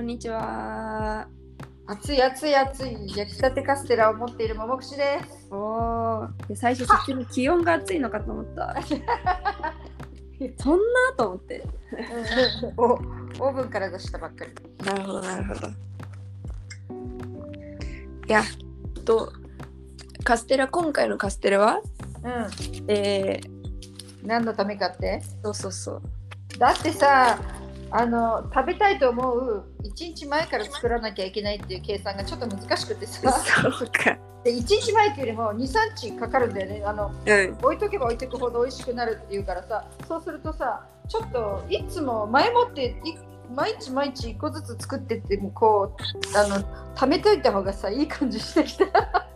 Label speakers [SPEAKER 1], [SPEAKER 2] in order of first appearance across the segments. [SPEAKER 1] んにちは。
[SPEAKER 2] 熱い熱い熱い焼きたてカステラを持っているももくしです。
[SPEAKER 1] おーで最初、そっちの気温が暑いのかと 思った。そんなと思って。
[SPEAKER 2] おオーブンから出したばっかり。
[SPEAKER 1] なるほど、なるほど。いや、と、カステラ、今回のカステラは、
[SPEAKER 2] う
[SPEAKER 1] え
[SPEAKER 2] ん。何のためかって
[SPEAKER 1] ー、そうそうそう。
[SPEAKER 2] だってさ、あの食べたいと思う1日前から作らなきゃいけないっていう計算がちょっと難しくてさ、
[SPEAKER 1] そうか。
[SPEAKER 2] で1日前っていうよりも2、3日かかるんだよね。あの
[SPEAKER 1] うん。
[SPEAKER 2] 置いとけば置いとくほど美味しくなるっていうからさそうするとさちょっといつも前もってい毎日毎日1個ずつ作ってってもこうあの貯めといた方がさいい感じしてきた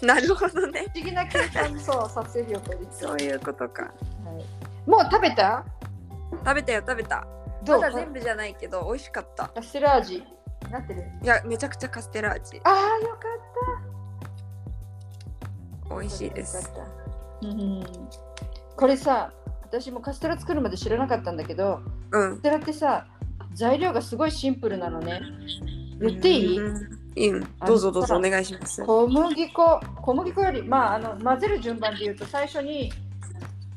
[SPEAKER 2] 不
[SPEAKER 1] なるほどね。
[SPEAKER 2] 思議な計算にそうさせるよこれ、
[SPEAKER 1] そういうことか。
[SPEAKER 2] はい、もう食べた
[SPEAKER 1] 食べたよ、食べた。
[SPEAKER 2] ど
[SPEAKER 1] ま
[SPEAKER 2] う
[SPEAKER 1] だ全部じゃないけど、美味しかった。
[SPEAKER 2] カステラ味なってる
[SPEAKER 1] いや、めちゃくちゃカステラ味。
[SPEAKER 2] ああよかっ
[SPEAKER 1] 美
[SPEAKER 2] た
[SPEAKER 1] 味しいです。
[SPEAKER 2] よかったうんこれさ私もカステラ作るまで知らなかったんだけど
[SPEAKER 1] うん
[SPEAKER 2] カス。テラってさ材料がすごいシンプルなのね言っていい
[SPEAKER 1] うんうん。どうぞどうぞお願いします。
[SPEAKER 2] 小麦粉小麦粉よりまああの混ぜる順番で言うと最初に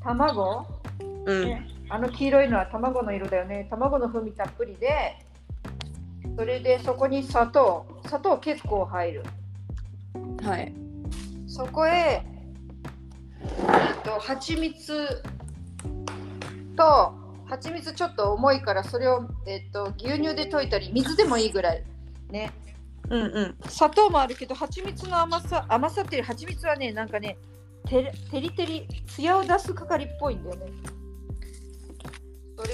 [SPEAKER 2] 卵
[SPEAKER 1] うん。
[SPEAKER 2] ねあの黄色いのは卵の色だよね卵の風味たっぷりでそれでそこに砂糖砂糖結構入る
[SPEAKER 1] はい。
[SPEAKER 2] そこへ、えっと、蜂蜜と蜂蜜ちょっと重いからそれを、えっと、牛乳で溶いたり水でもいいぐらいね
[SPEAKER 1] うんうん。
[SPEAKER 2] 砂糖もあるけど蜂蜜の甘さ甘さっていうより蜂蜜はねなんかねてれてりてり艶を出す係っぽいんだよね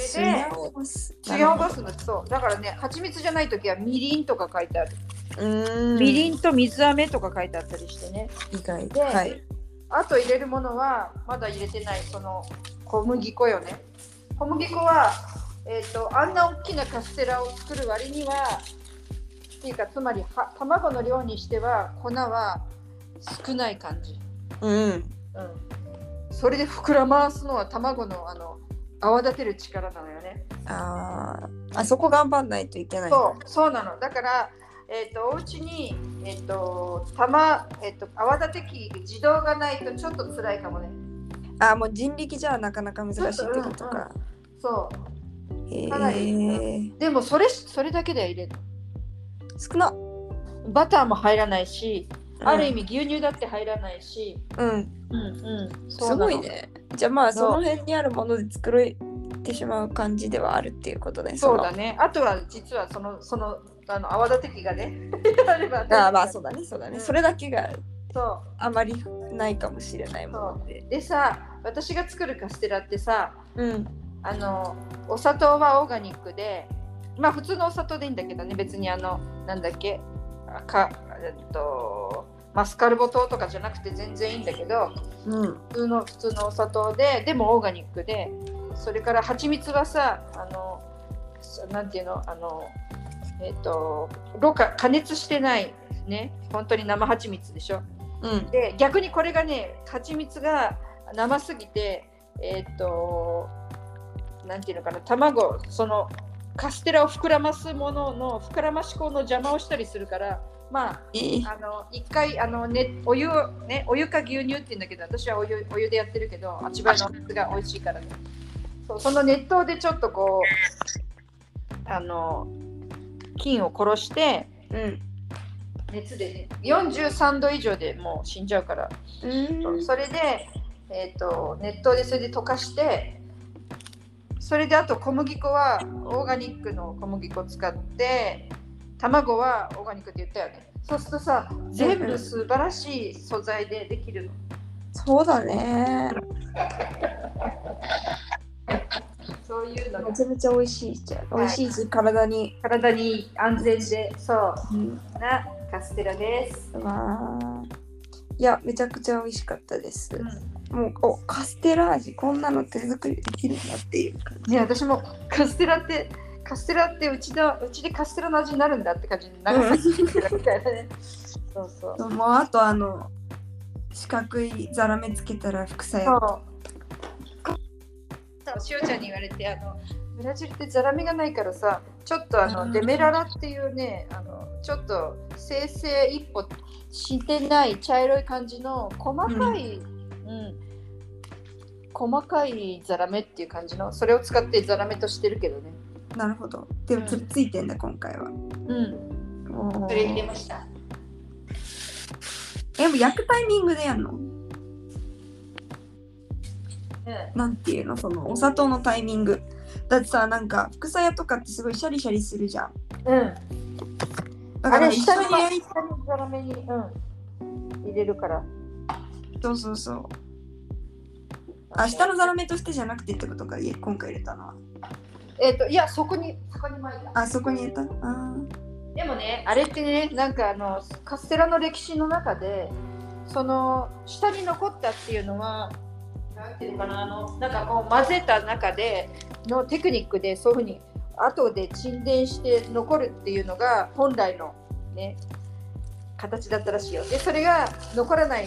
[SPEAKER 2] それで艶を出すのそうだからね蜂蜜じゃない時はみりんとか書いてある、
[SPEAKER 1] うん。
[SPEAKER 2] みりんと水飴とか書いてあったりしてね
[SPEAKER 1] 以外
[SPEAKER 2] で
[SPEAKER 1] はい。
[SPEAKER 2] あと入れるものはまだ入れてないその小麦粉よね小麦粉は、えー、とあんな大きなカステラを作る割にはっていうかつまりは卵の量にしては粉は少ない感じ、
[SPEAKER 1] うん。
[SPEAKER 2] うん、それで膨らますのは卵のあの泡立てる力なのよね
[SPEAKER 1] あーあそこ頑張んないといけない。
[SPEAKER 2] そうそうなのだからえっ、とお家にえっ、と玉えっ、と泡立て器自動がないとちょっと辛いかもね
[SPEAKER 1] あーもう人力じゃなかなか難しいってことか。
[SPEAKER 2] そう
[SPEAKER 1] へ
[SPEAKER 2] かなり
[SPEAKER 1] え。
[SPEAKER 2] でもそれそれだけでは入れる
[SPEAKER 1] 少な。
[SPEAKER 2] バターも入らないし、ある意
[SPEAKER 1] 味。
[SPEAKER 2] 味牛乳だって入らないし、
[SPEAKER 1] うん。
[SPEAKER 2] うんうん、
[SPEAKER 1] すごいね。じゃあまあそ
[SPEAKER 2] そう
[SPEAKER 1] の辺にあるもので作れてしまう感じではあるっていうことね。
[SPEAKER 2] そう
[SPEAKER 1] の
[SPEAKER 2] だねあとは実はそのそのあの泡立て器がね あればね
[SPEAKER 1] あーまあそうだねそうだね、
[SPEAKER 2] うん
[SPEAKER 1] それだけが
[SPEAKER 2] そ
[SPEAKER 1] あまりないかもしれないもので
[SPEAKER 2] うでさ私が作るカステラってさ
[SPEAKER 1] うん
[SPEAKER 2] あのお砂糖はオーガニックでまあ普通のお砂糖でいいんだけどね別にあのなんだっけあかえっとマスカルボ糖とかじゃなくて全然いいんだけど
[SPEAKER 1] うん
[SPEAKER 2] 普通の普通のお砂糖ででもオーガニックでそれから蜂蜜はさあのそなんていうのあのえっ、とろ過加熱してないね本当に生蜂蜜でしょ
[SPEAKER 1] うん
[SPEAKER 2] で逆にこれがね蜂蜜が生すぎてえっ、となんていうのかな卵そのカステラを膨らますものの膨らまし口の邪魔をしたりするからまあ
[SPEAKER 1] いい
[SPEAKER 2] あの一回あの、ね、お湯をねお湯か牛乳って言うんだけど私はお湯お湯でやってるけどあちばいのお水が美味しいからねそうその熱湯でちょっとこうあの菌を殺して
[SPEAKER 1] うん
[SPEAKER 2] 熱でね43度以上でもう死んじゃうから、
[SPEAKER 1] うん
[SPEAKER 2] それで、えー、と熱湯でそれで溶かしてそれであと小麦粉はオーガニックの小麦粉使って卵はオーガニックって言ったよねそうするとさ全部素晴らしい素材でできるの
[SPEAKER 1] そうだね
[SPEAKER 2] そういうのが
[SPEAKER 1] めちゃめちゃ美味しいじゃん
[SPEAKER 2] はい
[SPEAKER 1] 美味しいし体に、
[SPEAKER 2] 体に安全でそう
[SPEAKER 1] うん、
[SPEAKER 2] なカステラです、
[SPEAKER 1] わあいやめちゃくちゃ美味しかったです
[SPEAKER 2] う、ん
[SPEAKER 1] もうおカステラ味こんなの手作りできるんだっていう感じ
[SPEAKER 2] ね私もカステラってカステラってうちのうちでカステラの味になるんだって感じに長崎みたいなねそうそう
[SPEAKER 1] もうあとあの四角いザラメつけたら副作
[SPEAKER 2] そう。そうしおちゃんに言われてあのブラジルってザラメがないからさちょっとあ
[SPEAKER 1] う
[SPEAKER 2] の
[SPEAKER 1] ん
[SPEAKER 2] デメララっていうねあのちょっと生成一歩してない茶色い感じの細かい、うん細かいザラメっていう感じのそれを使ってザラメとしてるけどね。
[SPEAKER 1] なるほど。で
[SPEAKER 2] うん
[SPEAKER 1] も、つっついてんだ、今回は。
[SPEAKER 2] うん、
[SPEAKER 1] おー
[SPEAKER 2] ました。
[SPEAKER 1] え、もう焼くタイミングでやんの
[SPEAKER 2] うん
[SPEAKER 1] なんていうのそのお砂糖のタイミングだってさなんか副菜屋とかってすごいシャリシャリするじゃん
[SPEAKER 2] うん、
[SPEAKER 1] だ
[SPEAKER 2] あ
[SPEAKER 1] から
[SPEAKER 2] れ
[SPEAKER 1] 一
[SPEAKER 2] 下
[SPEAKER 1] 緒
[SPEAKER 2] に
[SPEAKER 1] にやり
[SPEAKER 2] 下にザラメに、うん、入れるから。
[SPEAKER 1] そうそうそう明日のザラメとしてじゃなくてってことかいえ今回入れたのは
[SPEAKER 2] えっ、といやそこにそこに巻いた。
[SPEAKER 1] あそこに入れたあー
[SPEAKER 2] でもね、あれってね、なんかあのカステラの歴史の中で、その下に残ったっていうのは、なんていうのかな、あのなんかこう混ぜた中でのテクニックで、そういうふうに後で沈殿して残るっていうのが本来のね、形だったらしいよ。で、それが残らない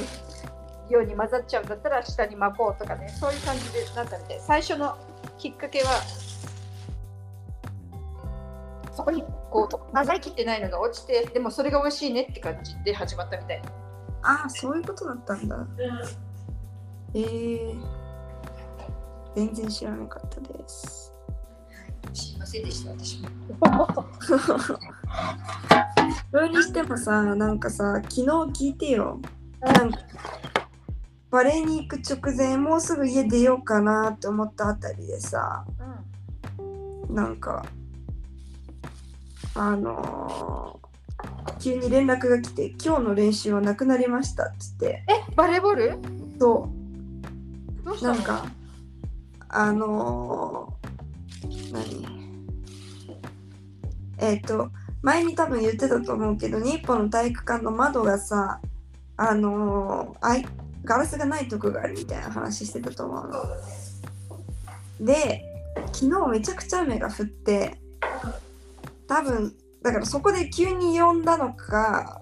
[SPEAKER 2] ように混ざっちゃうんだったら、下に巻こうとかね、そういう感じでなったみたい。最初のきっかけはそこにこう混ざりきってないのが落ちてでもそれが美味しいねって感じで始まったみたい、
[SPEAKER 1] あーそういうことだったんだえー、全然知らなかったです
[SPEAKER 2] すいませんでした私も
[SPEAKER 1] それにしてもさなんかさ昨日聞いてよなんかバレーに行く直前もうすぐ家出ようかなって思ったあたりでさ
[SPEAKER 2] う
[SPEAKER 1] なんかあのー急に連絡が来て「今日の練習はなくなりました」っつって
[SPEAKER 2] ん、えバレーボール
[SPEAKER 1] そ
[SPEAKER 2] どうし
[SPEAKER 1] う
[SPEAKER 2] たの
[SPEAKER 1] なんかあのー何えっ、と前に多分言ってたと思うけど日本の体育館の窓がさあのーあいガラスがないとこがあるみたいな話してたと思うの。で昨日めちゃくちゃ雨が降って多分だからそこで急に呼んだのか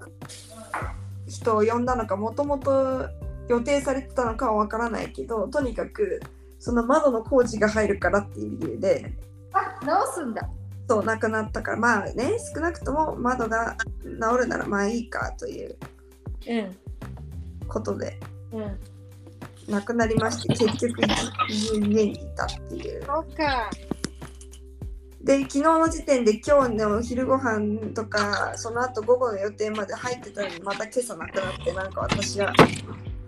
[SPEAKER 1] 人を呼んだのかもともと予定されてたのかはわからないけどとにかくその窓の工事が入るからっていう理由で
[SPEAKER 2] あ直すんだ
[SPEAKER 1] そうなくなったからまあね少なくとも窓が治るならまあいいかという
[SPEAKER 2] うん
[SPEAKER 1] ことで
[SPEAKER 2] うん
[SPEAKER 1] なくなりまして結局家にいたっていう。
[SPEAKER 2] そうか
[SPEAKER 1] で昨日の時点で今日のお昼ご飯とかその後午後の予定まで入ってたのにまた今朝なくなってなんか私は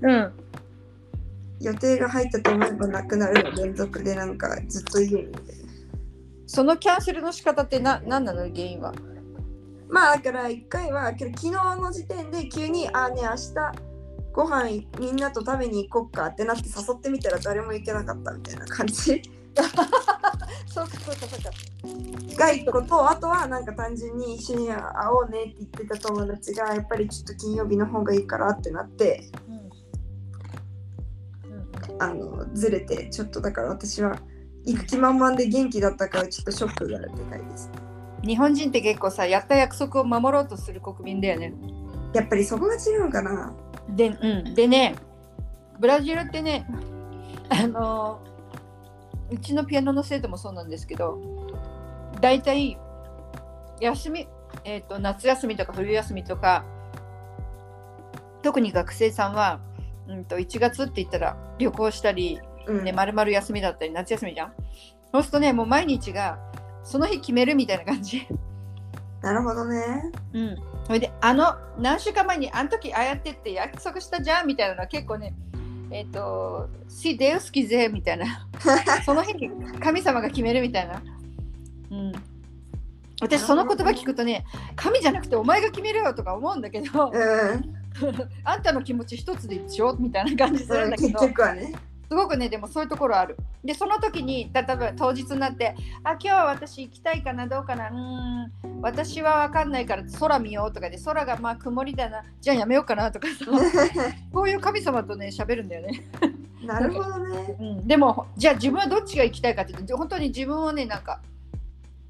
[SPEAKER 2] うん
[SPEAKER 1] 予定が入ったと思えばなくなるの連続でなんかずっと家にいる
[SPEAKER 2] そのキャンセルの仕方ってな何なの原因は
[SPEAKER 1] まあだから1回はけど昨日の時点で急に「ああね明日ご飯みんなと食べに行こっか」ってなって誘ってみたら誰も行けなかったみたいな 感じ
[SPEAKER 2] そうかそうかそうか
[SPEAKER 1] が1個とあとはなんか単純に一緒に会おうねって言ってた友達がやっぱりちょっと金曜日の方がいいからってなって。
[SPEAKER 2] うんうん
[SPEAKER 1] あのずれてちょっとだから私は行く気満々で元気だったからちょっとショックがでかいです
[SPEAKER 2] 日本人って結構さやった約束を守ろうとする国民だよね
[SPEAKER 1] やっぱりそこが違うのかな
[SPEAKER 2] で,、うん、でねブラジルってねあのうちのピアノの生徒もそうなんですけど大体休み、えー、と夏休みとか冬休みとか特に学生さんは、うん、と1月って言ったら旅行したり、
[SPEAKER 1] うん、
[SPEAKER 2] ね、丸々休みだったり夏休みじゃんそうするとねもう毎日がその日決めるみたいな感じ
[SPEAKER 1] なるほどね
[SPEAKER 2] うん、それであの何週間前にあの時ああやってって約束したじゃんみたいなのは結構ねえっ、と「シデウスキゼ」みたい なその日に神様が決めるみたいな、うん、私その言葉聞くとね神じゃなくてお前が決めるよとか思うんだけど
[SPEAKER 1] うん、
[SPEAKER 2] あんたの気持ち一つで一緒みたいな感じするん
[SPEAKER 1] うん、
[SPEAKER 2] だけ
[SPEAKER 1] 結
[SPEAKER 2] ど
[SPEAKER 1] 局はね
[SPEAKER 2] すごくねでもそういうところあるでその時にた例えば当日になってあ今日は私行きたいかなどうかなうーん私は分かんないから空見ようとかで空がまあ曇りだなじゃあやめようかなとかさこういう神様とね喋るんだよね、
[SPEAKER 1] なるほどね
[SPEAKER 2] うん、でもじゃあ自分はどっちが行きたいかって言うと本当に自分をねなんか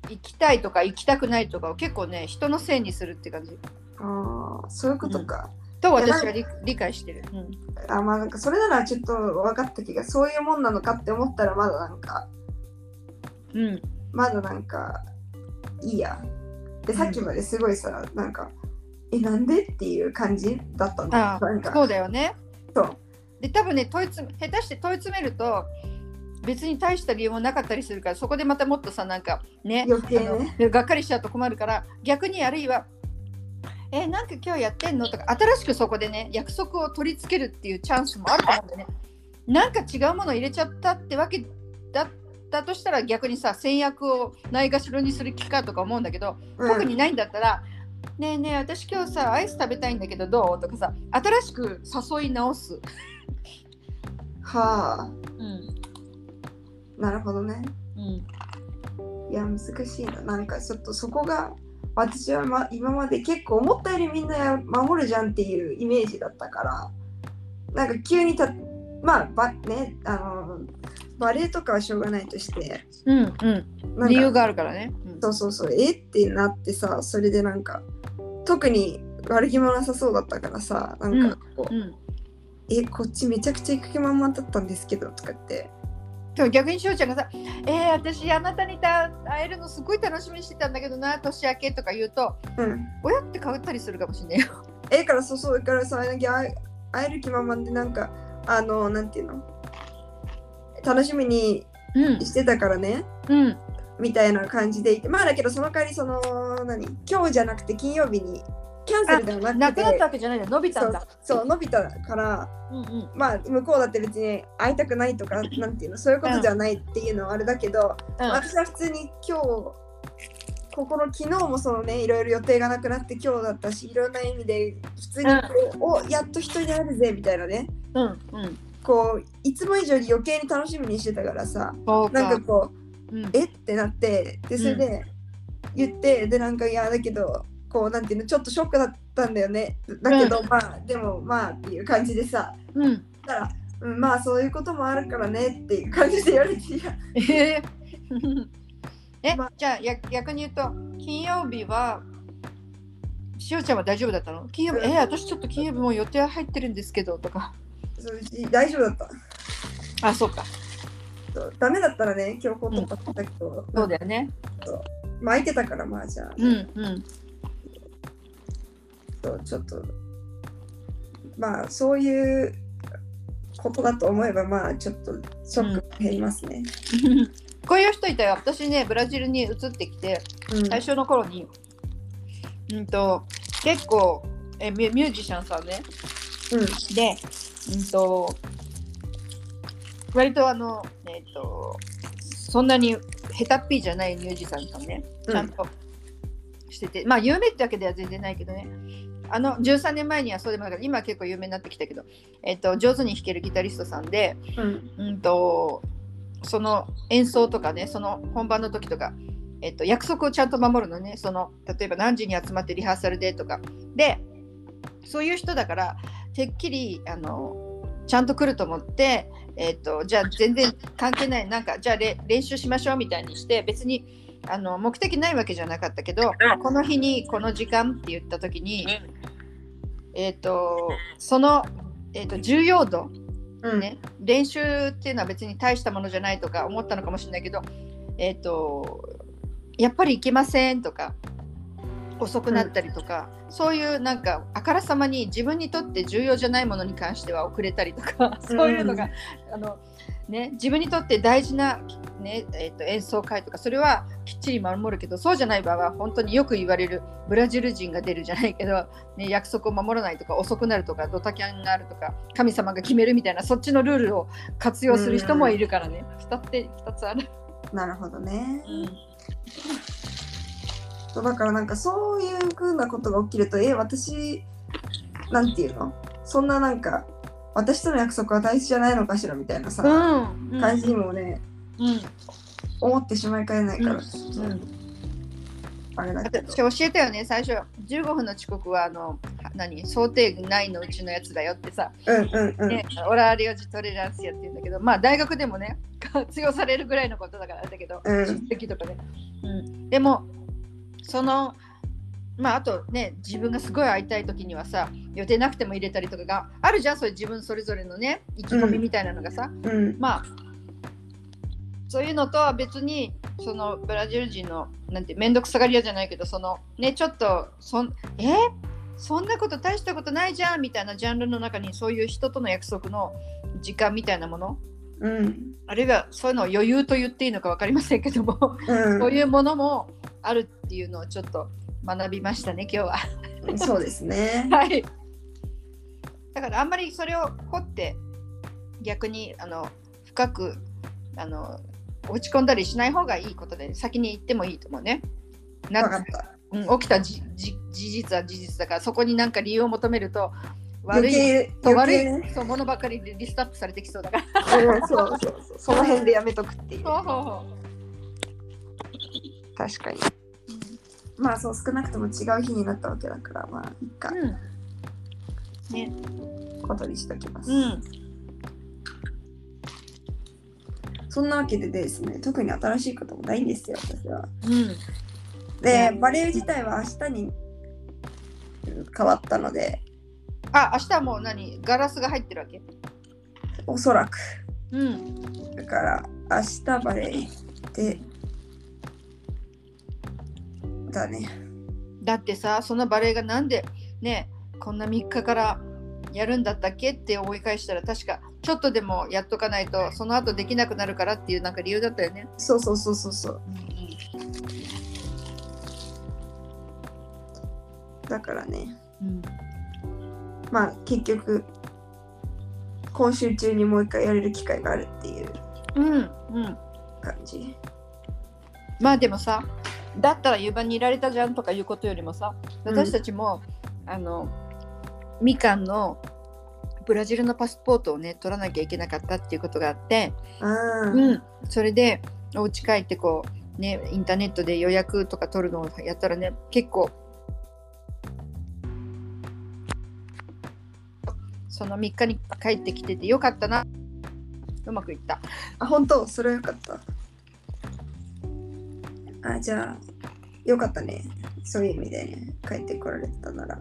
[SPEAKER 2] 行きたいとか行きたくないとかを結構ね人のせいにするって感じ
[SPEAKER 1] ああそういうことか、
[SPEAKER 2] と私は理理解してる、うん、
[SPEAKER 1] あまあなんかそれならちょっと分かった気がそういうもんなのかって思ったらまだなんか
[SPEAKER 2] うん、
[SPEAKER 1] まだなんかいいやでさっきまですごいさなんかえなんでっていう感じだったの
[SPEAKER 2] あ
[SPEAKER 1] なんか
[SPEAKER 2] そうだよね。
[SPEAKER 1] そう
[SPEAKER 2] で多分ね問い詰め下手して問い詰めると別に大した理由もなかったりするからそこでまたもっとさなんかね
[SPEAKER 1] 余計
[SPEAKER 2] あの
[SPEAKER 1] ね
[SPEAKER 2] がっかりしちゃうと困るから逆にあるいは「えなんか今日やってんの?」とか新しくそこでね約束を取り付けるっていうチャンスもあると思うんだよね。なんか違うもの入れちゃったってわけだったとしたら逆にさ戦略をないがしろにする気かとか思うんだけど特にないんだったら「ねえねえ私今日さアイス食べたいんだけどどう?」とかさ新しく誘い直す、
[SPEAKER 1] うん、はあ
[SPEAKER 2] うん
[SPEAKER 1] なるほどね
[SPEAKER 2] うん、
[SPEAKER 1] いや難しいななんかちょっとそこが私は、ま、今まで結構思ったよりみんな守るじゃんっていうイメージだったからなんか急にたまあばねあのバレエとかはしょうがないとして
[SPEAKER 2] うんうん
[SPEAKER 1] なんか
[SPEAKER 2] 理由があるからね、うん
[SPEAKER 1] そうそうそうえってなってさそれでなんか特に悪気もなさそうだったからさなんかこう、
[SPEAKER 2] うん、
[SPEAKER 1] えこっちめちゃくちゃ行く気満々だったんですけどとかって
[SPEAKER 2] でも逆にしおちゃんがさ「えー、私あなたにた会えるのすごい楽しみにしてたんだけどな年明け」とか言うと
[SPEAKER 1] うん
[SPEAKER 2] 「親って変わったりするかもしれないよ。
[SPEAKER 1] ええからそうそうええからさあいなきゃ会え会える気満々でなんかあのなんていうの楽しみに
[SPEAKER 2] うん
[SPEAKER 1] してたからね
[SPEAKER 2] うん
[SPEAKER 1] みたいな感じでいてまあだけどその代わりその何今日じゃなくて金曜日にキャンセルではな
[SPEAKER 2] な
[SPEAKER 1] くて
[SPEAKER 2] くなったわけじゃないんだ伸びたんだ。
[SPEAKER 1] そうそう伸びたから
[SPEAKER 2] うんうん
[SPEAKER 1] まあ向こうだって別に会いたくないと かなんていうのそういうことじゃないっていうのはあれだけど、私は普通に今日ここの昨日もそのねいろいろ予定がなくなって今日だったしいろんな意味で普通にこう、おやっと人に会えるぜみたいなね
[SPEAKER 2] うんうんうん
[SPEAKER 1] こういつも以上に余計に楽しみにしてたからさ
[SPEAKER 2] そう
[SPEAKER 1] なん
[SPEAKER 2] か
[SPEAKER 1] かこう
[SPEAKER 2] うん
[SPEAKER 1] えってなってでそれで言って、でなんかいやだけどこうなんていうのちょっとショックだったんだよねだけど、まあでもまあっていう感じでさ
[SPEAKER 2] うん
[SPEAKER 1] たら、うん、まあそういうこともあるからねっていう感じでやるいや
[SPEAKER 2] えーえ
[SPEAKER 1] まあ
[SPEAKER 2] じゃあや逆に言うと金曜日はしおちゃんは大丈夫だったの金曜日「えー、私ちょっと金曜日もう予定入ってるんですけど」とか
[SPEAKER 1] そううち大丈夫だった
[SPEAKER 2] あそうか
[SPEAKER 1] そうダメだったらね強行突破だったけど、
[SPEAKER 2] そうだよね
[SPEAKER 1] まあ空いてたからまあじゃあ、
[SPEAKER 2] うんうん
[SPEAKER 1] そうちょっとまあそういうことだと思えばまあちょっとショックが減りますね、
[SPEAKER 2] こういう人いたよ私ねブラジルに移ってきて
[SPEAKER 1] うん
[SPEAKER 2] 最初の頃に、うん、と結構えミュミュージシャンさんね
[SPEAKER 1] うん
[SPEAKER 2] で、うん、と割とあの、えっとそんなに下手っぴーじゃないミュージシャンさんねちゃんとしてて、まあ有名ってわけでは全然ないけどねあの13年前にはそうでもなかった今は結構有名になってきたけど、えっと上手に弾けるギタリストさんで、
[SPEAKER 1] うん
[SPEAKER 2] うんとその演奏とかねその本番の時とか、えっと、約束をちゃんと守るのねその例えば何時に集まってリハーサルでとかでそういう人だからてっきりあのちゃんと来ると思って、えっと、じゃあ全然関係ないなんかじゃあれ練習しましょうみたいにして別にあの目的ないわけじゃなかったけどこの日にこの時間って言った時に、えっと、その、えっと、重要度
[SPEAKER 1] うん
[SPEAKER 2] ね、練習っていうのは別に大したものじゃないとか思ったのかもしれないけど、えっとやっぱり行けませんとか遅くなったりとか、そういうなんかあからさまに自分にとって重要じゃないものに関しては遅れたりとかそういうのが、あのね、自分にとって大事な、ねえっと演奏会とかそれはきっちり守るけどそうじゃない場合は本当によく言われるブラジル人が出るじゃないけど、ね、約束を守らないとか遅くなるとかドタキャンがあるとか神様が決めるみたいなそっちのルールを活用する人もいるからね2つって二つある。
[SPEAKER 1] なるほどねそうだからなんかそういう風なことが起きるとえ私なんていうのそんななんか私との約束は大事じゃないのかしらみたいなさ、
[SPEAKER 2] うんうん
[SPEAKER 1] 感じにもね、
[SPEAKER 2] うん
[SPEAKER 1] 思ってしまいかねないから、
[SPEAKER 2] うん、
[SPEAKER 1] あれだけど
[SPEAKER 2] 私教えたよね最初15分の遅刻はあのは何想定内のうちのやつだよってさ、
[SPEAKER 1] うんうんうん、
[SPEAKER 2] ねオラーリオジトレランスやって言うんだけどまあ大学でもね活用されるぐらいのことだからあれだけど、
[SPEAKER 1] うん
[SPEAKER 2] 出席とかね、うん、でもそのまああとね自分がすごい会いたい時にはさ予定なくても入れたりとかがあるじゃんそういう自分それぞれのね意気込みみたいなのがさ、
[SPEAKER 1] うん
[SPEAKER 2] まあそういうのとは別にそのブラジル人のなんて面倒くさがり屋じゃないけどそのねちょっとそんえそんなこと大したことないじゃんみたいなジャンルの中にそういう人との約束の時間みたいなもの
[SPEAKER 1] うん
[SPEAKER 2] あるいはそういうのを余裕と言っていいのか分かりませんけども
[SPEAKER 1] う
[SPEAKER 2] そういうものもあるっていうのをちょっと学びましたね今日は。
[SPEAKER 1] ん、そうですね。
[SPEAKER 2] はい。だからあんまりそれを掘って逆にあの深くあの落ち込んだりしない方がいいことで先に言ってもいいと思うね。 な
[SPEAKER 1] わかった。
[SPEAKER 2] うん、起きたじじ事実は事実だからそこに何か理由を求めると悪
[SPEAKER 1] 余
[SPEAKER 2] い
[SPEAKER 1] 計
[SPEAKER 2] と悪
[SPEAKER 1] 余計ね
[SPEAKER 2] いそうものばかりでリストアップされてきそう だから。
[SPEAKER 1] うんそうそう そう。その辺でやめとくっていう。確かに。まあそう少なくとも違う日になったわけだからまあいいか
[SPEAKER 2] うん
[SPEAKER 1] ことにしときます、
[SPEAKER 2] うん
[SPEAKER 1] そんなわけでですね特に新しいこともないんですよ私は。
[SPEAKER 2] うん
[SPEAKER 1] で
[SPEAKER 2] うん
[SPEAKER 1] バレエ自体は明日にうん変わったので
[SPEAKER 2] あ明日はもう何ガラスが入ってるわけ
[SPEAKER 1] おそらく
[SPEAKER 2] うん
[SPEAKER 1] だから明日バレエ行ってだね
[SPEAKER 2] だってさそのバレエがなんでねこんな3日からやるんだったっけって思い返したら確かちょっとでもやっとかないとその後できなくなるからっていうなんか理由だったよね。
[SPEAKER 1] そうそうそうそうそうだからね
[SPEAKER 2] うん
[SPEAKER 1] まあ結局今週中にもう一回やれる機会があるっていう
[SPEAKER 2] うん、うん、
[SPEAKER 1] 感じ
[SPEAKER 2] まあでもさだったら湯場にいられたじゃんとかいうことよりもさ
[SPEAKER 1] うん
[SPEAKER 2] 私たちも、あのみかんのブラジルのパスポートをね取らなきゃいけなかったっていうことがあって、
[SPEAKER 1] うん
[SPEAKER 2] うん、それでお家帰ってこうねインターネットで予約とか取るのをやったらね結構その3日に帰ってきててよかったなうまくいった
[SPEAKER 1] あ本当それはよかったあじゃあよかったねそういう意味でね帰ってこられたなら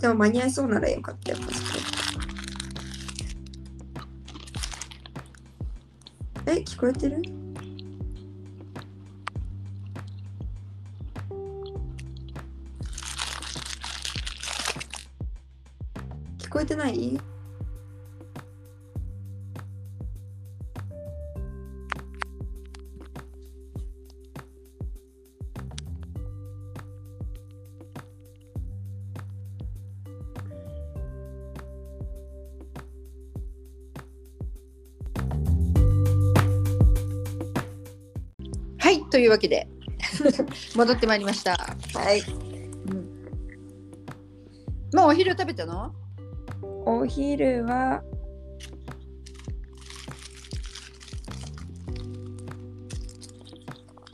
[SPEAKER 1] でも間に合いそうならよかったよパスポートえ聞こえてる聞こえてない
[SPEAKER 2] はいというわけ で戻ってまいりました、
[SPEAKER 1] はい
[SPEAKER 2] うん、もうお昼食べたの
[SPEAKER 1] お昼は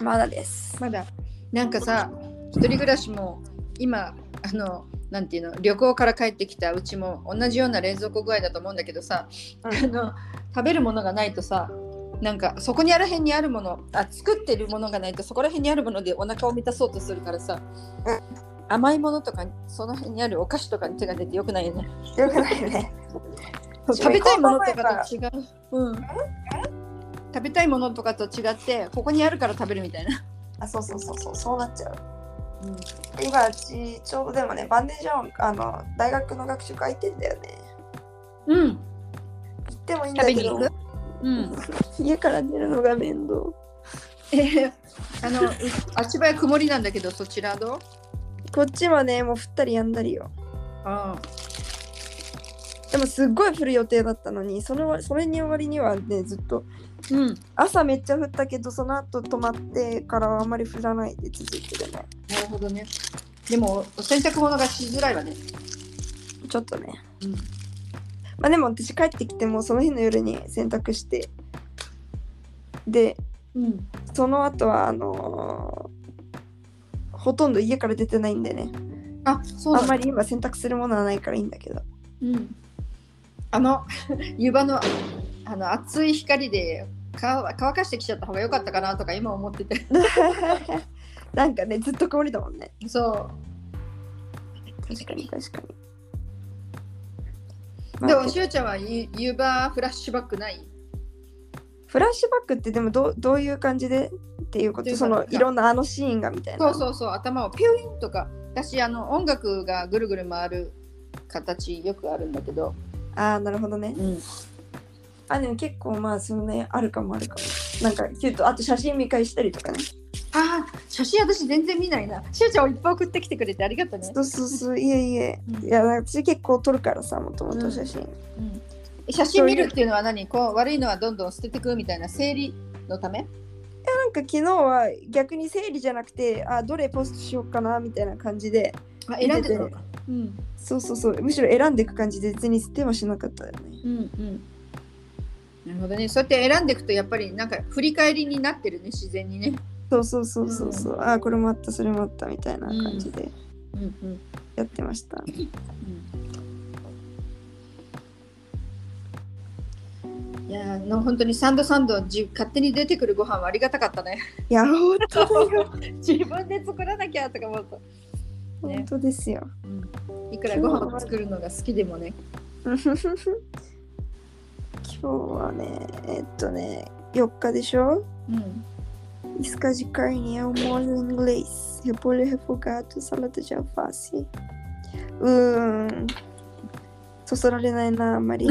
[SPEAKER 1] まだです。
[SPEAKER 2] まだなんかさ一人暮らしも今あのなんていうの旅行から帰ってきたうちも同じような冷蔵庫具合だと思うんだけどさ、
[SPEAKER 1] う
[SPEAKER 2] あの食べるものがないとさなんかそこにある辺にあるものあ作ってるものがないとそこら辺にあるものでお腹を満たそうとするからさ、
[SPEAKER 1] うん
[SPEAKER 2] 甘いものとかその辺にあるお菓子とかに手が出てよくないよね
[SPEAKER 1] よくないね。
[SPEAKER 2] 食べたいものとかと違う、うん、食べたいものとかと違ってここにあるから食べるみたいな、
[SPEAKER 1] あ、そうそうそうそう、そうなっちゃう。今、うちちょうどでもね、バンデージョン、あの、大学の学習会行ってんだよね。
[SPEAKER 2] うん、
[SPEAKER 1] 行ってもいいんだ
[SPEAKER 2] 食べ
[SPEAKER 1] け
[SPEAKER 2] に行
[SPEAKER 1] ど
[SPEAKER 2] く、うん
[SPEAKER 1] 家から出るのが面倒。
[SPEAKER 2] えー あの、う足早曇りなんだけど、そちらどう
[SPEAKER 1] こっちはね、もう降ったりやんだりよ。
[SPEAKER 2] あ
[SPEAKER 1] でもすっごい降る予定だったのに、そのそれに終わりにはね、ずっと
[SPEAKER 2] うん。
[SPEAKER 1] 朝めっちゃ降ったけど、その後止まってからはあんまり降らないで続いてるね。
[SPEAKER 2] なるほどね。でも、お洗濯物がしづらいわね。
[SPEAKER 1] ちょっとね。
[SPEAKER 2] うん。
[SPEAKER 1] まあでも私帰ってきてもうその日の夜に洗濯してで
[SPEAKER 2] うん、
[SPEAKER 1] その後はあのーほとんど家から出てないんでね
[SPEAKER 2] あ、そう
[SPEAKER 1] あ
[SPEAKER 2] なんん
[SPEAKER 1] まり今洗濯するものはないからいいんだけ ど
[SPEAKER 2] うん。あの、湯葉の、あの、暑い光で乾乾かしてきちゃった方が良かったかなとか今思って て。
[SPEAKER 1] なんかねずっと曇りだもんね
[SPEAKER 2] そう。
[SPEAKER 1] 確かに確かに
[SPEAKER 2] で
[SPEAKER 1] 待
[SPEAKER 2] も
[SPEAKER 1] って
[SPEAKER 2] しおちゃんはゆゆばフラッシュバックない
[SPEAKER 1] フラッシュバックってでもどうどういう感じでっていうこ
[SPEAKER 2] どうい
[SPEAKER 1] と
[SPEAKER 2] うこ
[SPEAKER 1] そ
[SPEAKER 2] と
[SPEAKER 1] のいろんなあのシーンがみたい
[SPEAKER 2] そ
[SPEAKER 1] な
[SPEAKER 2] うそうそう頭をピュインとか私あの音楽がぐるぐる回る形よくあるんだけど、
[SPEAKER 1] ああなるほどね
[SPEAKER 2] うん、
[SPEAKER 1] あでも結構まあそのねあるかもあるかもなんかキュートあと写真見返したりとかね
[SPEAKER 2] あー写真私全然見ないなしおちゃんをいっぱい送ってきてくれてありがとうね
[SPEAKER 1] そうそうそういえいえ
[SPEAKER 2] うん
[SPEAKER 1] いや私結構撮るからさもともと写真、
[SPEAKER 2] うん写真見るっていうのは何こう悪いのはどんどん捨ててくみたいな整理のため
[SPEAKER 1] なんか昨日は逆に整理じゃなくてあどれポストしようかなみたいな感じで
[SPEAKER 2] あ選んでくのか、うん
[SPEAKER 1] そうそうそうむしろ選んでいく感じで別に捨てはしなかったよね
[SPEAKER 2] うんうんなるほどねそうやって選んでいくとやっぱりなんか振り返りになってるね自然にね
[SPEAKER 1] そうそうそうそうそう、ああこれもあったそれもあったみたいな感じで
[SPEAKER 2] うんうん
[SPEAKER 1] やってました、
[SPEAKER 2] いやーの本当にサンドサンドじ勝手に出てくるご飯はありがたかったね
[SPEAKER 1] いや本当だよ
[SPEAKER 2] 自分で作らなきゃとか思った、ね
[SPEAKER 1] 本当ですよ
[SPEAKER 2] いくらご飯を作るのが好きでもね
[SPEAKER 1] うんふふふ今日はねえっとね4日でしょ
[SPEAKER 2] うん、
[SPEAKER 1] Isca de carne é um molho inglês. Repolho refogado, salada de alface. Hum. Tô sorolando na Maria.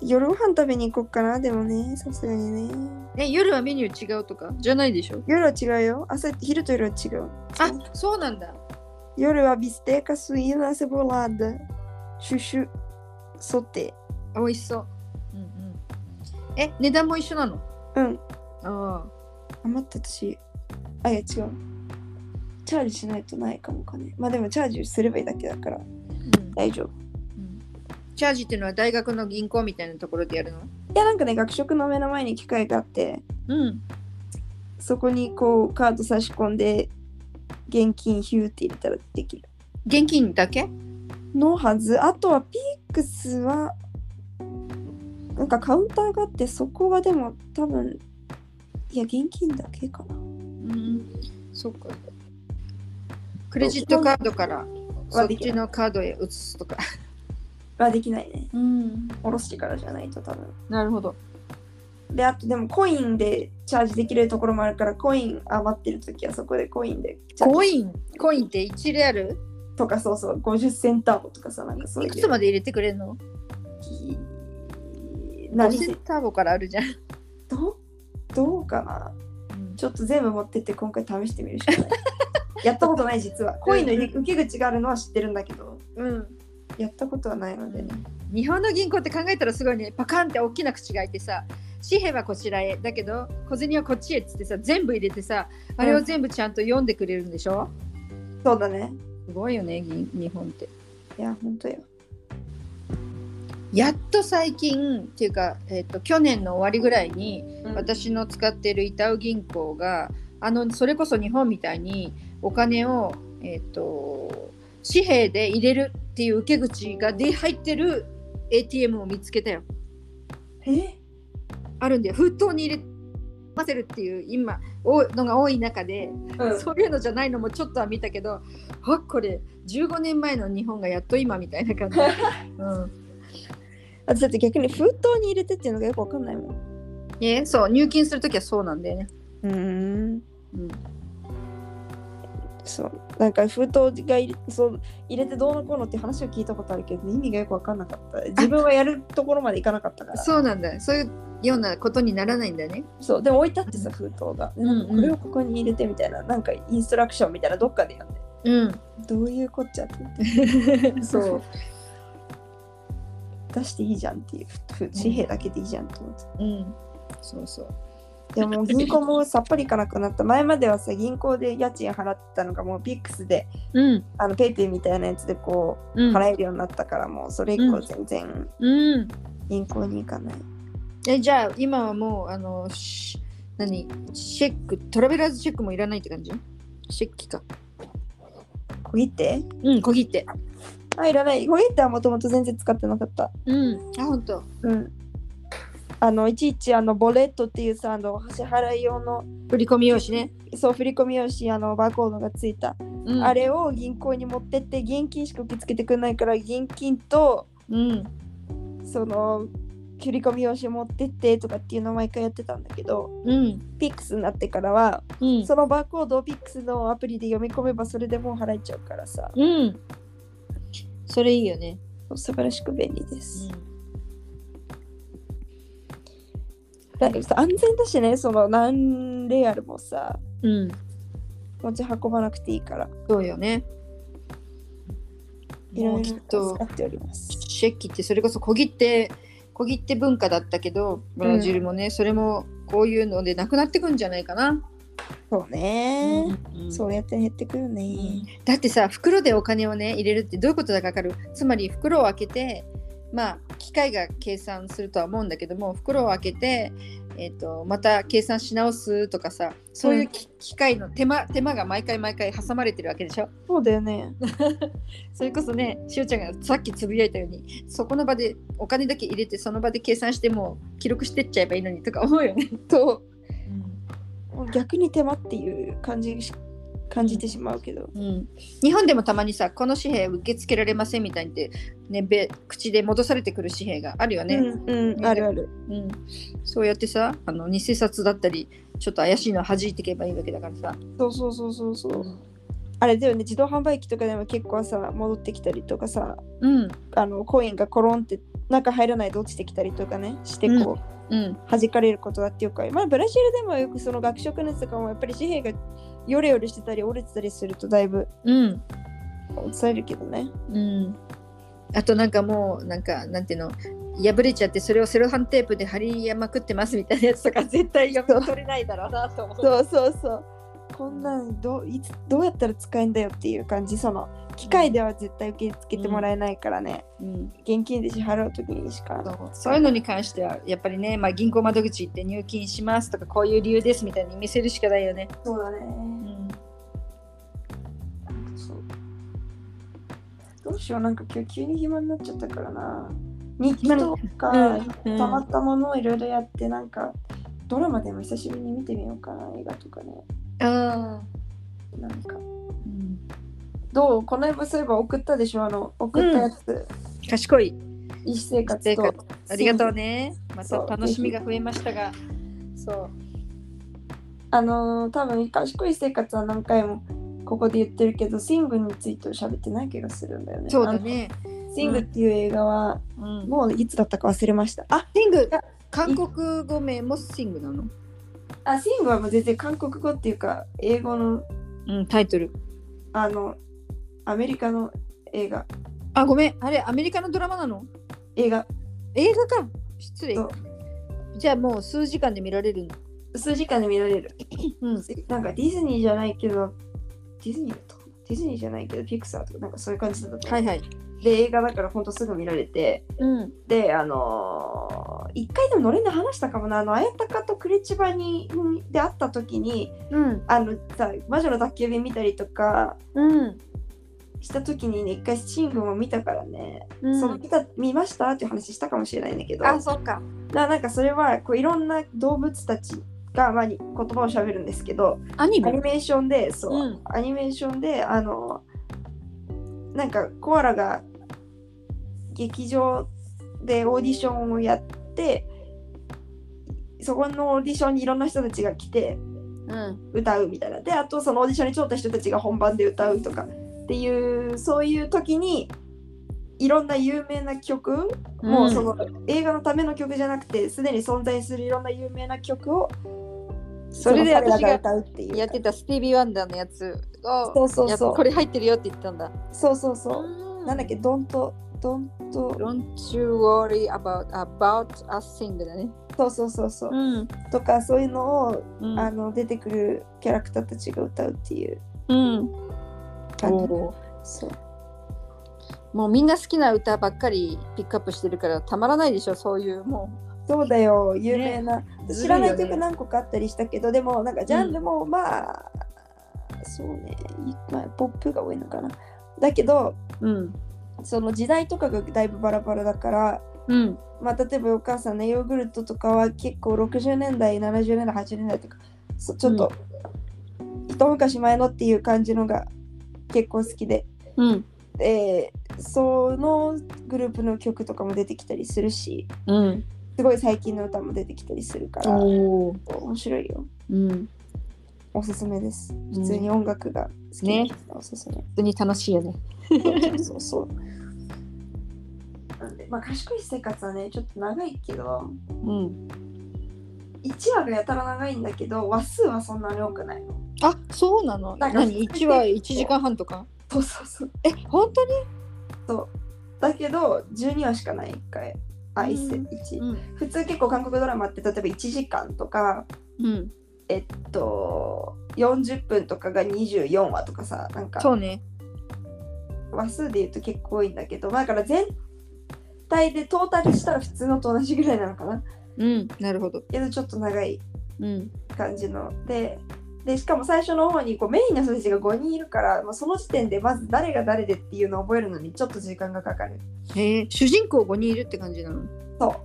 [SPEAKER 1] 夜ご飯食べに行こうかなでもね、さすがにね。
[SPEAKER 2] ね夜はメニュー違うとかじゃないでしょ
[SPEAKER 1] 夜は違うよ。朝、昼と夜は違う。
[SPEAKER 2] あそうなんだ
[SPEAKER 1] 夜はビステカ、スイナ、セボラーダ、シュシュ、ソテ
[SPEAKER 2] 美味しそう、うんうん、え値段も一緒なの
[SPEAKER 1] ー。うん。
[SPEAKER 2] あ
[SPEAKER 1] あ、待って、私。あ、いや、違う。チャージしないとないかもかね。まあでもチャージすればいいだけだから
[SPEAKER 2] あ、うん
[SPEAKER 1] 大丈夫。
[SPEAKER 2] うん、チャージっていうのは大学の銀行みたいなところでやるの
[SPEAKER 1] いや、なんかね、学食の目の前に機械があって、
[SPEAKER 2] うん
[SPEAKER 1] そこにこうカード差し込んで、現金ヒューって入れたらできる。
[SPEAKER 2] 現金だけ
[SPEAKER 1] のはず。あとはピークスは、なんかカウンターがあって、そこがでも多分、いや、現金だけかな。
[SPEAKER 2] うん、そっか。クレジットカードからそっちのカードへ移すとか。
[SPEAKER 1] はできないね。
[SPEAKER 2] うん、
[SPEAKER 1] おろしてからじゃないと多分。
[SPEAKER 2] なるほど。
[SPEAKER 1] で、あとでもコインでチャージできるところもあるから、コイン余ってるときはそこでコインでチャージ。
[SPEAKER 2] コインコインって1レアル
[SPEAKER 1] とかそうそう、50センターボとかさ、なんかそうい
[SPEAKER 2] いうく。つまで入れてくれるの
[SPEAKER 1] 何
[SPEAKER 2] ?5 センターボからあるじゃん。
[SPEAKER 1] どうどうかな
[SPEAKER 2] うん
[SPEAKER 1] ちょっと全部持ってって今回試してみるしか ない。やったことない実は。コインの入り受け口があるのは知ってるんだけど、
[SPEAKER 2] うん
[SPEAKER 1] やったことはないのでね。
[SPEAKER 2] 日本の銀行って考えたらすごいね、パカンって大きな口が開いてさ、紙幣はこちらへ、だけど小銭はこっちへっつってさ、全部入れてさ、あれを全部ちゃんと読んでくれるんでしょ、
[SPEAKER 1] そうだね。
[SPEAKER 2] すごいよね、銀日本って。
[SPEAKER 1] いや、本当よ。
[SPEAKER 2] やっと最近っていうか、えっと去年の終わりぐらいに、私の使っている板尾銀行があのそれこそ日本みたいにお金を、えっと紙幣で入れるっていう受け口がで入ってる ATM を見つけたよ
[SPEAKER 1] え
[SPEAKER 2] あるんで封筒に入れませるっていう今おのが多い中で、
[SPEAKER 1] うん
[SPEAKER 2] そういうのじゃないのもちょっとは見たけどあこれ15年前の日本がやっと今みたいな 感じ、うん
[SPEAKER 1] 私だって逆に封筒に入れてっていうのがよくわかんないもん。
[SPEAKER 2] ね、そう入金するときはそうなんだよね。
[SPEAKER 1] うーん。
[SPEAKER 2] うん、
[SPEAKER 1] そう。なんか封筒が入れそう入れてどうのこうのって話を聞いたことあるけど、意味がよくわかんなかった。自分はやるところまでいかなかったから。
[SPEAKER 2] そうなんだそういうようなことにならないんだよね。
[SPEAKER 1] そうでも置いてあってさ封筒が、
[SPEAKER 2] う
[SPEAKER 1] で
[SPEAKER 2] ん
[SPEAKER 1] なんかこれをここに入れてみたいななんかインストラクションみたいなどっかでやって
[SPEAKER 2] う
[SPEAKER 1] どういうこっちゃって
[SPEAKER 2] ん、 そう、
[SPEAKER 1] 出していいじゃんっていうふ紙幣だけでいいじゃんと思って
[SPEAKER 2] うん、そうそう。
[SPEAKER 1] でも銀行もさっぱりいかなくなった前まではさ銀行で家賃払ってたのがもうピックスで
[SPEAKER 2] うん、
[SPEAKER 1] あのペイペイみたいなやつでこ
[SPEAKER 2] う、
[SPEAKER 1] うん払えるようになったからもうそれ以降全然
[SPEAKER 2] うん。
[SPEAKER 1] 銀行に行かない、
[SPEAKER 2] えじゃあ今はもうあのし何チェックトラベラーズチェックもいらないって感じ？チェックか。
[SPEAKER 1] 小切手
[SPEAKER 2] うん、小切手。
[SPEAKER 1] あいらない小切手はもともと全然使ってなかった
[SPEAKER 2] うん、あ本当。
[SPEAKER 1] うんあのいちいちあのボレットっていうさあの支払い用の
[SPEAKER 2] 振り込み用紙ね。
[SPEAKER 1] そう振り込み用紙あのバーコードがついた
[SPEAKER 2] うん
[SPEAKER 1] あれを銀行に持ってって現金しか受け付けてくれないから現金と
[SPEAKER 2] うん
[SPEAKER 1] その振り込み用紙持ってってとかっていうのを毎回やってたんだけど
[SPEAKER 2] うん
[SPEAKER 1] ピックスになってからは
[SPEAKER 2] うん
[SPEAKER 1] そのバーコードをピックスのアプリで読み込めばそれでもう払えちゃうからさ
[SPEAKER 2] うんそれいいよね、
[SPEAKER 1] 素晴らしく便利です、だけどさ安全だしねその何レアルもさ
[SPEAKER 2] うん、
[SPEAKER 1] 持ち運ばなくていいから
[SPEAKER 2] そうよね
[SPEAKER 1] いろい
[SPEAKER 2] きっ
[SPEAKER 1] ろ
[SPEAKER 2] と
[SPEAKER 1] 使っております
[SPEAKER 2] チェキってそれこそ小切手小切手文化だったけどブラジルもね、それもこういうのでなくなってくんじゃないかな、
[SPEAKER 1] そうね、
[SPEAKER 2] うん
[SPEAKER 1] そうやって減ってくよね、
[SPEAKER 2] だってさ袋でお金をね入れるってどういうことだか分かるつまり袋を開けてまあ機械が計算するとは思うんだけども袋を開けて、えっとまた計算し直すとかさそういうき、機械の手間手間が毎回毎回挟まれてるわけでしょ
[SPEAKER 1] そうだよね
[SPEAKER 2] それこそねしおちゃんがさっきつぶやいたようにそこの場でお金だけ入れてその場で計算してもう記録してっちゃえばいいのにとか思うよね。
[SPEAKER 1] ともう逆に手間っていう感じし感じてしまうけど、
[SPEAKER 2] うん、日本でもたまにさこの紙幣受け付けられませんみたいにって、ね、べ口で戻されてくる紙幣があるよね。
[SPEAKER 1] うん、うん、あるある
[SPEAKER 2] うん、そうやってさあの偽札だったりちょっと怪しいのを弾いていけばいいわけだからさ、
[SPEAKER 1] そうそうそうそうそうあれだよね自動販売機とかでも結構さ戻ってきたりとかさ
[SPEAKER 2] うん
[SPEAKER 1] あのコインがコロンって中入らないで落ちてきたりとかねしてこう、
[SPEAKER 2] うん、
[SPEAKER 1] 弾かれることだっていうか、まあ、ブラジルでもよくその学食のやつとかもやっぱり紙幣がヨレヨレしてたり折れてたりするとだいぶ
[SPEAKER 2] うん
[SPEAKER 1] 落されるけどね
[SPEAKER 2] うんあとなんかもうなんかなんていうの破れちゃってそれをセロハンテープで貼りまくってますみたいなやつとか絶対読み取れないだろうなと思う。
[SPEAKER 1] そうそうそうこんなんどういつどうやったら使えんだよっていう感じその機械では絶対受け付けてもらえないからね、
[SPEAKER 2] うん、
[SPEAKER 1] 現金で支払う時にしか
[SPEAKER 2] そうそういうのに関してはやっぱりね、まあ、銀行窓口行って入金しますとかこういう理由ですみたいに見せるしかないよね。
[SPEAKER 1] そうだね
[SPEAKER 2] うん
[SPEAKER 1] どうしようなんか今日急に暇になっちゃったからな日記
[SPEAKER 2] 暇な
[SPEAKER 1] とか、
[SPEAKER 2] うん
[SPEAKER 1] たまったものをいろいろやってなんかドラマでも久しぶりに見てみようかな映画とかね
[SPEAKER 2] あ
[SPEAKER 1] なんか
[SPEAKER 2] ー、うん、
[SPEAKER 1] どうこの間そういえば送ったでしょあの送ったやつ、
[SPEAKER 2] 賢い
[SPEAKER 1] いい生活
[SPEAKER 2] 生活
[SPEAKER 1] と
[SPEAKER 2] ありがとうね。また
[SPEAKER 1] そう
[SPEAKER 2] 楽しみが増えましたが。そう。
[SPEAKER 1] あのー多分賢い生活は何回もここで言ってるけどシングについては喋ってない気がするんだよね
[SPEAKER 2] そうだね。
[SPEAKER 1] あのシングっていう映画は、
[SPEAKER 2] うん。
[SPEAKER 1] もういつだったか忘れましたあ
[SPEAKER 2] シング、韓国語名もシングなの
[SPEAKER 1] あシングはもう全然韓国語っていうか英語の
[SPEAKER 2] うん、タイトル。
[SPEAKER 1] あのアメリカの映画
[SPEAKER 2] あ、ごめん。あれ、アメリカのドラマなの
[SPEAKER 1] 映画
[SPEAKER 2] 映画か。失礼
[SPEAKER 1] そう。
[SPEAKER 2] じゃあもう数時間で見られるの。
[SPEAKER 1] 数時間で見られる
[SPEAKER 2] うん。
[SPEAKER 1] なんかディズニーじゃないけどディズニーだとディズニーじゃないけどピクサーとかなんかそういう感じだったと思う
[SPEAKER 2] はいはい。
[SPEAKER 1] で映画だからほんとすぐ見られて
[SPEAKER 2] うん。
[SPEAKER 1] であのー一回でも乗れで話したかもなあの綾鷹と呉千葉にんで会った時に
[SPEAKER 2] うん。
[SPEAKER 1] あのさ魔女の宅急便見たりとか
[SPEAKER 2] うん。
[SPEAKER 1] した時にね一回シングも見たからね、
[SPEAKER 2] うん
[SPEAKER 1] その見た見ましたっていう話したかもしれないんだけど
[SPEAKER 2] あ、そっか。
[SPEAKER 1] ななんかそれはこういろんな動物たちが、まあ、に言葉を喋るんですけど
[SPEAKER 2] アニ
[SPEAKER 1] ア
[SPEAKER 2] メ
[SPEAKER 1] ニ。メーションでそう、
[SPEAKER 2] うん
[SPEAKER 1] アニメーションであのなんかコアラが劇場でオーディションをやってそこのオーディションにいろんな人たちが来て
[SPEAKER 2] うん。
[SPEAKER 1] 歌うみたいなであとそのオーディションに通った人たちが本番で歌うとかっていうそういう時にいろんな有名な曲もうその映画のための曲じゃなくてすでに存在するいろんな有名な曲を
[SPEAKER 2] それで
[SPEAKER 1] の彼ら
[SPEAKER 2] 私が
[SPEAKER 1] 歌うっていう
[SPEAKER 2] やってたスティービー・ワンダーのやつを、
[SPEAKER 1] そうそう
[SPEAKER 2] やっ
[SPEAKER 1] そ
[SPEAKER 2] ぱ
[SPEAKER 1] う
[SPEAKER 2] これ入ってるよって言ったんだ。
[SPEAKER 1] そうそうそう、
[SPEAKER 2] う
[SPEAKER 1] なんだっけドンとドンと
[SPEAKER 2] Don't you worry about, about us thing だね。
[SPEAKER 1] そうそうそうそう、
[SPEAKER 2] うん。
[SPEAKER 1] とかそういうのを、
[SPEAKER 2] うん
[SPEAKER 1] あの出てくるキャラクターたちが歌うっていう
[SPEAKER 2] うん。
[SPEAKER 1] 感じそう
[SPEAKER 2] もうみんな好きな歌ばっかりピックアップしてるからたまらないでしょそういうも
[SPEAKER 1] そうだよ有名な、
[SPEAKER 2] う
[SPEAKER 1] 知らない
[SPEAKER 2] ずる
[SPEAKER 1] 曲
[SPEAKER 2] よね
[SPEAKER 1] 何個かあったりしたけどでもなんかジャンルもまあ、そうね、まあ、ポップが多いのかなだけど
[SPEAKER 2] うん
[SPEAKER 1] その時代とかがだいぶバラバラだから
[SPEAKER 2] うん
[SPEAKER 1] まあ、例えばお母さんのヨーグルトとかは結構60年代70年代80年代とかそちょっと一昔前のっていう感じのが結構好きで
[SPEAKER 3] うん
[SPEAKER 1] でそのグループの曲とかも出てきたりするし
[SPEAKER 3] うん
[SPEAKER 1] すごい最近の歌も出てきたりするから
[SPEAKER 3] おお
[SPEAKER 1] 面白いよ
[SPEAKER 3] うん
[SPEAKER 1] おすすめです
[SPEAKER 3] うん
[SPEAKER 1] 普通に音楽が好きな人はおすすめ、
[SPEAKER 3] 普通に楽しいよね
[SPEAKER 1] そうそうなんでまあ賢い生活はねちょっと長いけど
[SPEAKER 3] うん
[SPEAKER 1] 1話がやたら長いんだけど話数はそんなに多くないの
[SPEAKER 3] あそうなの
[SPEAKER 1] なんか
[SPEAKER 3] 何1話1時 間半とか
[SPEAKER 1] そうそうそう
[SPEAKER 3] え本当に
[SPEAKER 1] だけど12話しかない1回あ一
[SPEAKER 3] うん
[SPEAKER 1] 1一
[SPEAKER 3] うん
[SPEAKER 1] 普通結構韓国ドラマって例えば1時間とか
[SPEAKER 3] うん
[SPEAKER 1] えっと40分とかが24話とかさなんか
[SPEAKER 3] そうね
[SPEAKER 1] 話数で言うと結構多いんだけどまあだから全体でトータルしたら普通のと同じぐらいなのかな
[SPEAKER 3] うんなるほど
[SPEAKER 1] けどちょっと長い
[SPEAKER 3] うん
[SPEAKER 1] 感じのででしかも最初の方にこうメインの人たちが5人いるから、まあ、その時点でまず誰が誰でっていうのを覚えるのにちょっと時間がかかる
[SPEAKER 3] へえ主人公5人いるって感じなの
[SPEAKER 1] そ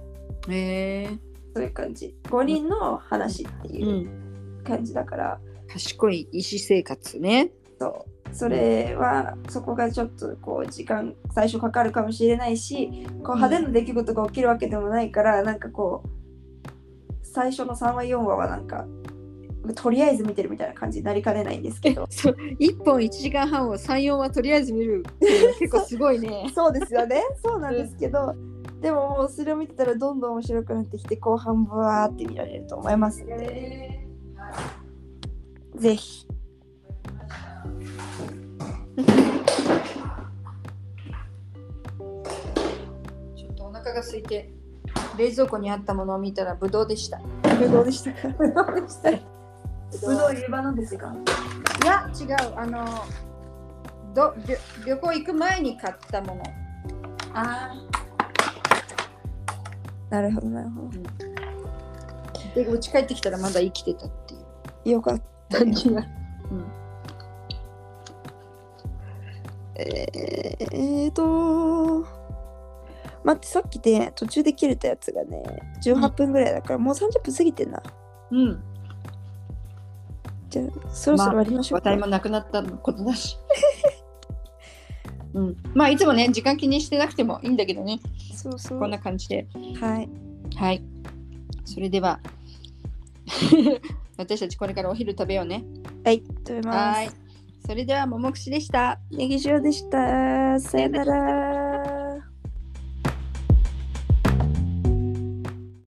[SPEAKER 1] う
[SPEAKER 3] へえ
[SPEAKER 1] そういう感じ5人の話っていううん感じだから、
[SPEAKER 3] 賢い医師生活ね
[SPEAKER 1] そうそれはそこがちょっとこう時間最初かかるかもしれないしこう派手な出来事が起きるわけでもないからなんかこう最初の3話4話はなんかとりあえず見てるみたいな感じになりかねないんですけど
[SPEAKER 3] そう1本1時間半を34話とりあえず見 るっていうのは結構すごい ね
[SPEAKER 1] そうですよね。そうなんですけど、でももうそれを見てたらどんどん面白くなってきて後半ブワーって見られると思いますので、ぜひ。
[SPEAKER 2] ちょっとお腹が空いて冷蔵庫にあったものを見たらブドウでしたい
[SPEAKER 1] ぶどうでしたか。ぶどうでした。ぶどう湯場なんですか。
[SPEAKER 2] や違うあのど旅旅行行く前に買ったもの
[SPEAKER 1] ああ。なるほどなるほ
[SPEAKER 2] で家帰ってきたらまだ生きてたっ ていう
[SPEAKER 1] ど。よかった。
[SPEAKER 2] 感じが
[SPEAKER 1] えー、えーと待ってさっきで途中で切れたやつがね18分ぐらいだから、もう30分過ぎてんな
[SPEAKER 3] うん
[SPEAKER 1] じゃあそろそろ終わりましょう
[SPEAKER 3] 話
[SPEAKER 1] か、
[SPEAKER 3] 題もなくなったことだ しうんまあいつもね時間気にしてなくてもいいんだけどね
[SPEAKER 1] そうそう
[SPEAKER 3] こんな感じで
[SPEAKER 1] はい
[SPEAKER 3] はいそれでは 私たちこれからお昼食べようね
[SPEAKER 1] はい食べます
[SPEAKER 3] はいそれではももくしでした
[SPEAKER 1] ネギ塩でした。さよなら。